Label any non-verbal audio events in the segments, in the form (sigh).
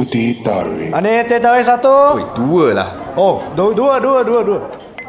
Adik teh tarik satu. Oi, dua lah. Oh, dua, dua, dua, dua, dua.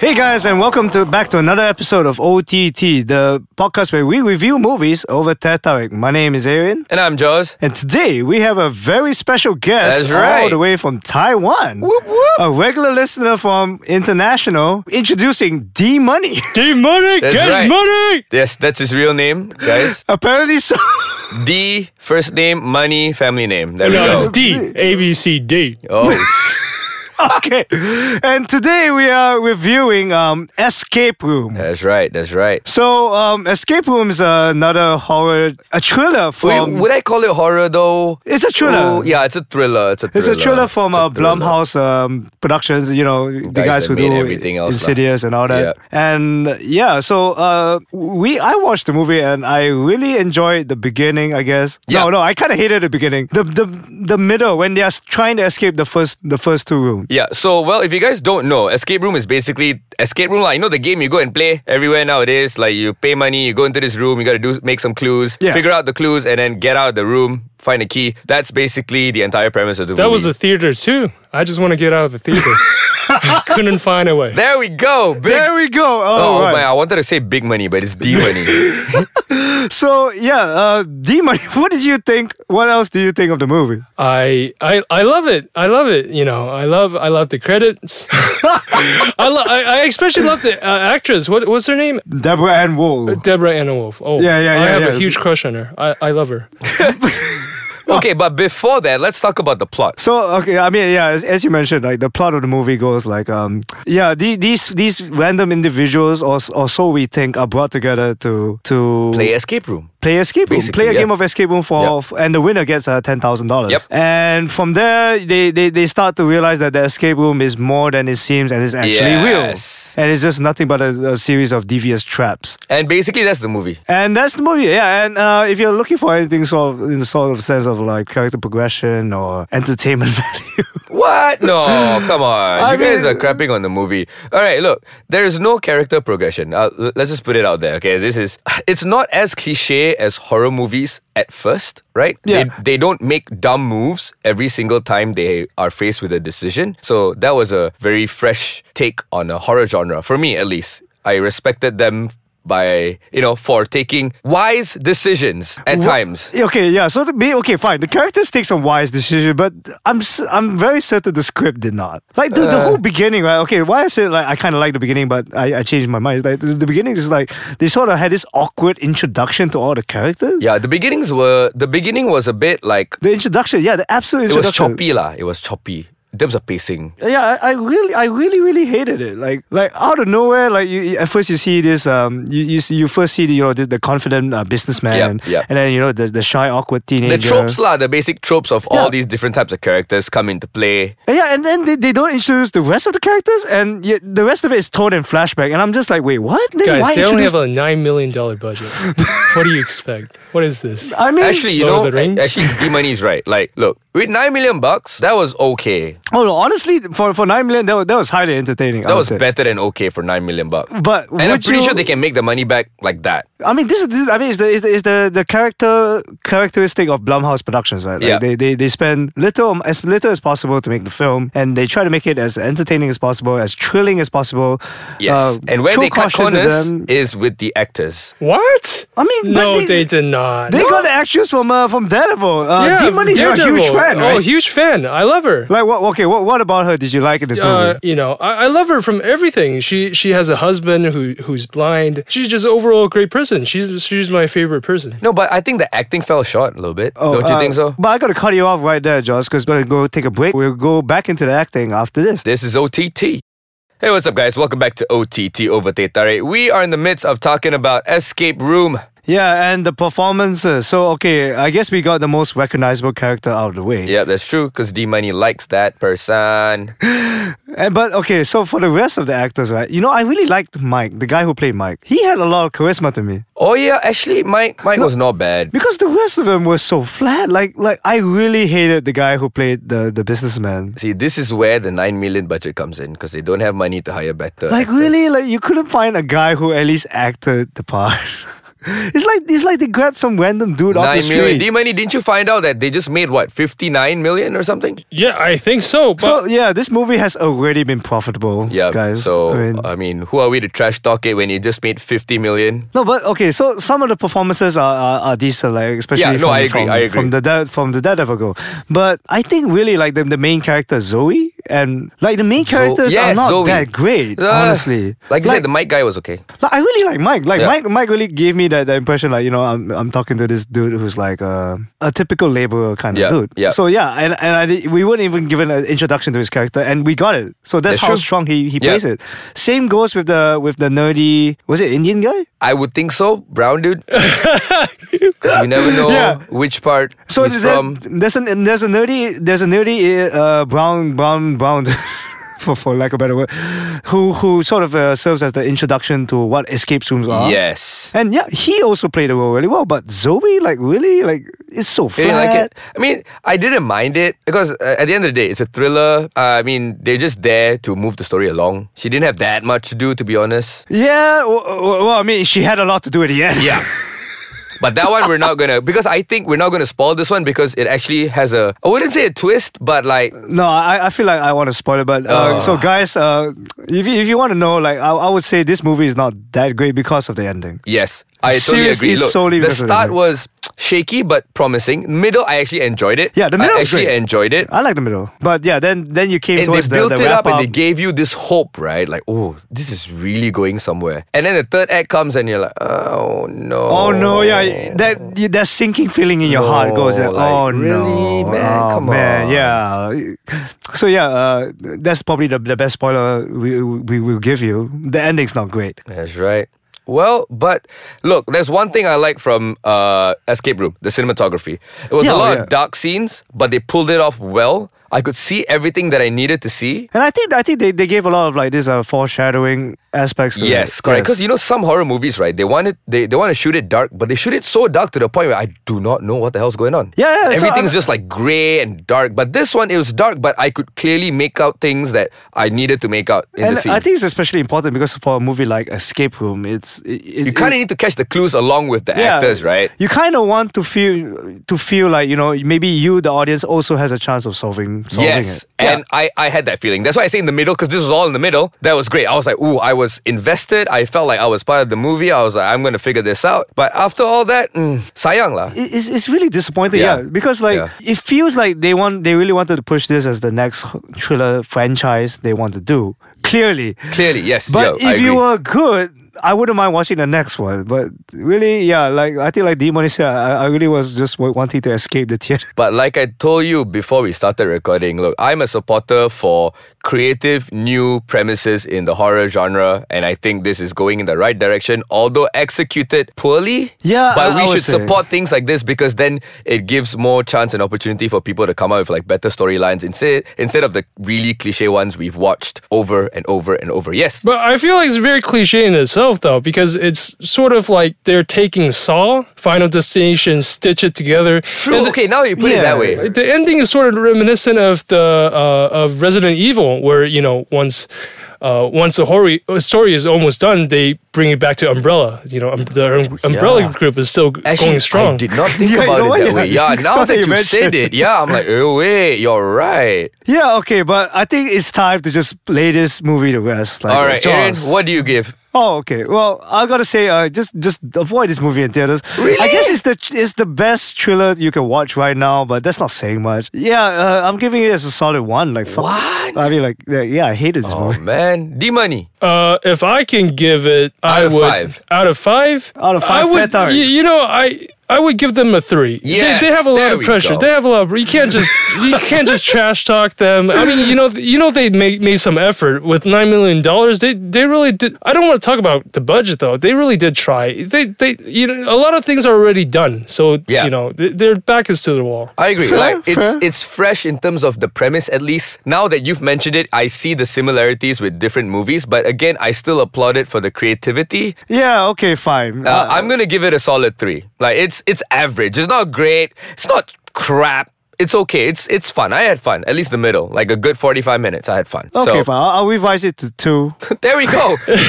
Hey guys, and welcome to back to another episode of OTT, the podcast where we review movies over Tetarik. My name is Aaron, And I'm Jaws. and today we have a very special guest That's right. all the way from Taiwan, Whoop, whoop. a regular listener from international, introducing D Money. D Money, That's Cash right. money. Yes, that's his real name, (laughs) guys. (laughs) Apparently, so. D, first name, money, family name. There No, we it's go. D. A B C D. Oh, okay, and today we are reviewing um, Escape Room. that's right, that's right. So, um, Escape Room is another horror, a thriller Wait, from. would I call it horror though? It's a thriller. Oh, yeah, it's a thriller. It's a It's thriller. a thriller from It's a uh, Blumhouse um, Productions. You know the Guys guys that who made do everything else lah. Insidious and all that. And uh, yeah, so uh, we I watched the movie and I really enjoyed the beginning. I guess no, Yeah. no, I kind of hated the beginning. The the the middle when they are s- trying to escape the first the first two rooms. Yeah, so well, if you guys don't know, escape room is basically escape room. Like you know, the game you go and play everywhere nowadays. Like you pay money, you go into this room, you got to do make some clues, Yeah. figure out the clues, and then get out of the room, find a key. That's basically the entire premise of the That movie. was the theater too. I just want to get out of the (laughs) theater. Couldn't find a way. There we go. Big There we go. Oh, oh right. man, I wanted to say big money, but it's (laughs) D money. So yeah, uh, D Money. (laughs) What did you think? What else do you think of the movie? I, I I love it. I love it. You know, I love I love the credits. (laughs) I, lo- I I especially love the uh, actress. What what's her name? Deborah Ann Wool. Deborah Anna Wolf. Oh Yeah, yeah, I yeah, have yeah. a huge crush on her. I, I love her. okay, but before that, let's talk about the plot. So okay, I mean yeah, as, as you mentioned, like the plot of the movie goes like um yeah the- these these random individuals or s- or so we think are brought together to to Play escape room. play escape room, Basically, play a yeah. game of escape room for f- Yep. and the winner gets uh, ten thousand Yep. dollars. And from there they, they they start to realize that the escape room is more than it seems and it's actually Yes. real, and it's just nothing but a, a series of devious traps. And basically, that's the movie. And that's the movie, yeah. And uh, if you're looking for anything sort of in the sort of sense of like character progression or entertainment (laughs) value, What? No, (laughs) come on. I you guys mean- are crapping on the movie. All right, look, there's no character progression. Uh, l- let's just put it out there, okay? This is, (sighs) it's not as cliche as horror movies at first, right? Yeah. They, they don't make dumb moves every single time they are faced with a decision. So that was a very fresh take on a horror genre, for me at least. I respected them by, you know, for taking wise decisions at times. Okay, yeah. So the be okay, fine. The characters take some wise decision, but I'm s- I'm very certain the script did not. Like the, Uh. the whole beginning, right? Okay, why I said like I kind of like the beginning, but I, I changed my mind. It's Like the, the beginning is like they sort of had this awkward introduction to all the characters. Yeah, the beginnings were, the beginning was a bit like, The introduction, yeah, the absolute It was introduction. choppy lah. It was choppy. In terms of pacing. Yeah, I, I really, I really, really hated it. Like, like out of nowhere, like you, you- at first you see this, um, you you, see, you first see the, you know the, the confident uh, businessman, Yep, yep. and then you know the, the shy awkward teenager. The tropes lah, the basic tropes of all Yeah. these different types of characters come into play. And Yeah, and then they, they don't introduce the rest of the characters, and yet the rest of it is told in flashback. And I'm just like, wait, what? Then Guys, why they only introduce- have a nine million dollar (laughs) budget. what do you expect? What is this? I mean, Actually, you Lord know, of the Rings? a- (laughs) actually, D Money is right. Like, look, with nine million bucks, that was okay. oh no, honestly, for for nine million, that was, that was highly entertaining. I That would was say. better than okay for nine million bucks. But and I'm would pretty you- Uh, sure they can make the money back like that. I mean, this is this, I mean, it's the it's the, it's the the character characteristic of Blumhouse Productions, right? Like Yeah. They, they they spend little as little as possible to make the film, and they try to make it as entertaining as possible, as thrilling as possible. Yes, Uh, and where show they cut caution to corners them. is with the actors. What? I mean, but no, they- they, did not. They got the actors from uh, from Daredevil. Uh, D Money's a Daredevil. huge fan, right? Oh, huge fan. I love her. Like what? Okay, what? What about her? Did you like in this Uh, movie? you know, I, I love her from everything. She she has a husband who who's blind. She's just overall a great person. She's she's my favorite person. No, but I think the acting fell short a little bit. Don't you uh, think so? But I gotta cut you off right there, Josh, because we're gonna go take a break. We'll go back into the acting after this. This is OTT. Hey, what's up, guys? Welcome back to OTT over Tetare. We are in the midst of talking about Escape Room. Yeah, and the performances. So okay, I guess we got the most recognizable character out of the way. Yeah, that's true because D Money likes that person. (gasps) And but okay, so for the rest of the actors, right? You know, I really liked Mike, the guy who played Mike. He had a lot of charisma to me Oh yeah, actually, Mike Mike was not bad. because the rest of them were so flat. Like like I really hated the guy who played the the businessman. See, this is where the nine million budget comes in because they don't have money to hire better. Like actors. really, like you couldn't find a guy who at least acted the part. (laughs) it's like it's like they grabbed some random dude off the Nine million. street. D Money, didn't you find out that they just made what fifty nine million or something? Yeah, I think so. But so yeah, this movie has already been profitable, Yeah, guys. So I mean, who are we to trash talk it when you just made fifty million? No, but okay. So some of the performances are are, are decent, like especially Yeah, no, from, I from, agree, I agree. from the dead from the Daredevil girl. But I think really like the, the main character Zoe and like the main characters yes, are not Zoe. that great, Uh, honestly. Like you said, the Mike guy was okay. like, I really like Mike. Like Yeah. Mike, Mike really gave me that, that impression. Like you know, I'm I'm talking to this dude who's like uh, a typical laborer kind of Yeah, dude. yeah. So yeah, and and I, di- we weren't even given an introduction to his character, and we got it. So that's, That's how true. strong he he Yeah. plays it. Same goes with the with the nerdy was it Indian guy? I would think so, brown (laughs) dude. 'Cause you never know Yeah. which part So he's there- from. there's an there's a nerdy there's a nerdy uh, brown brown brown (laughs) for for lack of a better word who who sort of uh, serves as the introduction to what escape rooms are. Yes. And yeah, he also played the role really well. But Zoe, like really, like it's so flat. You didn't like it. I mean, I didn't mind it because uh, at the end of the day, it's a thriller. Uh, I mean, they're just there to move the story along. She didn't have that much to do, to be honest. Yeah, w- w- well, I mean, she had a lot to do at the end. Yeah. (laughs) But that one we're not gonna because I think we're not gonna spoil this one because it actually has a I wouldn't say a twist, but like No, I, I feel like I want to spoil it, but uh, Oh. so guys, uh, if you, if you want to know, like I, I would say this movie is not that great because of the ending. Yes, I totally Seriously, agree. Look, solely the because of the start music. was shaky but promising. Middle, I actually enjoyed it. Yeah, the middle I was actually great. enjoyed it. I like the middle, but yeah, then then you came And they towards built the, the it wrap up, and they gave you this hope, right? Like, oh, this is really going somewhere. And then the third act comes, and you're like, oh no. Oh no! Yeah, that you- that sinking feeling in your heart goes. That, No, like, oh really, no, man? oh, Come man, on." Yeah. So yeah, uh, that's probably the, the best spoiler we, we will give you. The ending's not great. That's right. Well, but look, there's one thing I like from uh, Escape Room, the cinematography. It was Yeah, oh, a lot yeah. of dark scenes, but they pulled it off well. I could see everything that I needed to see. And I think I think they, they gave a lot of like these uh, foreshadowing aspects. To Yes, it. correct. Because you know some horror movies, right? They want it, they, they want to shoot it dark, but they shoot it so dark to the point where I do not know what the hell's going on. Yeah, yeah, so Everything's I- just like gray and dark. But this one, it was dark, but I could clearly make out things that I needed to make out in and the scene. I think it's especially important because for a movie like Escape Room, it's it, it, you kind of need to catch the clues along with the actors, right? You kind of want to feel to feel like you know maybe you, the audience, also has a chance of solving solving Yes, it. and I, I had that feeling. That's why I say in the middle because this was all in the middle. That was great. I was like, ooh, I was invested. I felt like I was part of the movie. I was like, I'm gonna figure this out. But after all that, mm, sayang lah. it- it's, it's really disappointing yeah, Yeah. because like Yeah. it feels like they want they really wanted to push this as the next thriller franchise they want to do clearly Clearly, yes. but yeah, I if you agree. were good I wouldn't mind watching the next one but really yeah like I think like Demon said I, I really was just wa- wanting to escape the theater (laughs) But like I told you before we started recording, look, I'm a supporter for creative new premises in the horror genre, and I think this is going in the right direction, although executed poorly. Yeah, but I- we I would should say. support things like this because then it gives more chance and opportunity for people to come up with like better storylines instead instead of the really cliche ones we've watched over and over and over. Yes, But I feel like it's very cliche in itself, though, because it's sort of like they're taking Saw, Final Destination, stitch it together. true. Okay, now you put it that Yeah. way. The ending is sort of reminiscent of the uh, of Resident Evil, where you know once. Uh, once the horror story is almost done, they bring it back to Umbrella. You know, um, the um, Umbrella Yeah. group is still Actually, going strong. I did not think (laughs) Yeah, you about know what? it that way. Yeah. Yeah, now Now that you you said mentioned it, yeah, I'm like, oh wait, you're right. yeah okay but I think it's time to just play this movie to rest like All right, Aaron, Jaws. what do you give? Oh, okay. Well, I gotta say, uh, just just avoid this movie in theaters. Really? I guess it's the it's the best thriller you can watch right now, but that's not saying much. Yeah, uh, I'm giving it as a solid one. Like fuck. One? I mean, like yeah, yeah, I hated this Oh movie. (laughs) (laughs) man, D Money. Uh, if I can give it, I Out of would five. out of five. Out of five, I would. Petar. y- You know, I I would give them a three. Yes, they, they have a lot there of we pressure. go. They have a lot. Of, you can't just you (laughs) can't just trash talk them. I mean, you know, you know, they made made some effort with nine million dollars. They they really did. I don't want to talk about the budget though. They really did try. They they you know a lot of things are already done. So Yeah. you know th- their back is to the wall. I agree. Fair, like it's fair. it's fresh in terms of the premise at least. Now that you've mentioned it, I see the similarities with different movies, but again, I still applaud it for the creativity. Yeah, okay, fine. Uh, I'm going to give it a solid 3. Like it's it's average. It's not great. It's not crap. It's okay. It's it's fun. I had fun. At least the middle. Like a good 45 minutes I had fun. Uh, okay, So- fine. I'll, I'll revise it to (laughs) two. There we go.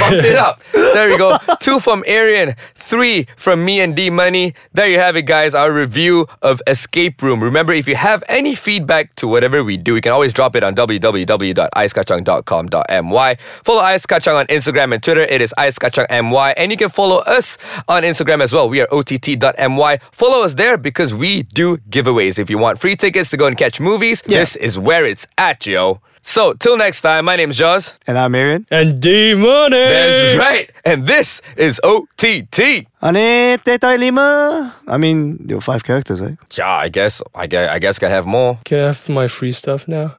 Bumped it up. There we go. Two from Arian, three from me and D Money. There you have it, guys. Our review of Escape Room. Remember, if you have any feedback to whatever we do, you can always drop it on www.icekacang.com.my. Follow Ice Kacang on Instagram and Twitter. It is my, And you can follow us on Instagram as well. We are ott.my. Follow us there because we do giveaways. If you want free tickets to go and catch movies, this is where it's at, yo. So, till next time, my name's Jaws. And I'm Aaron. And D money. That's right. And this is OTT. Ane Tetai Lima. I mean, there were five characters, right? Yeah, I guess I guess I guess I can have more. Can I have my free stuff now?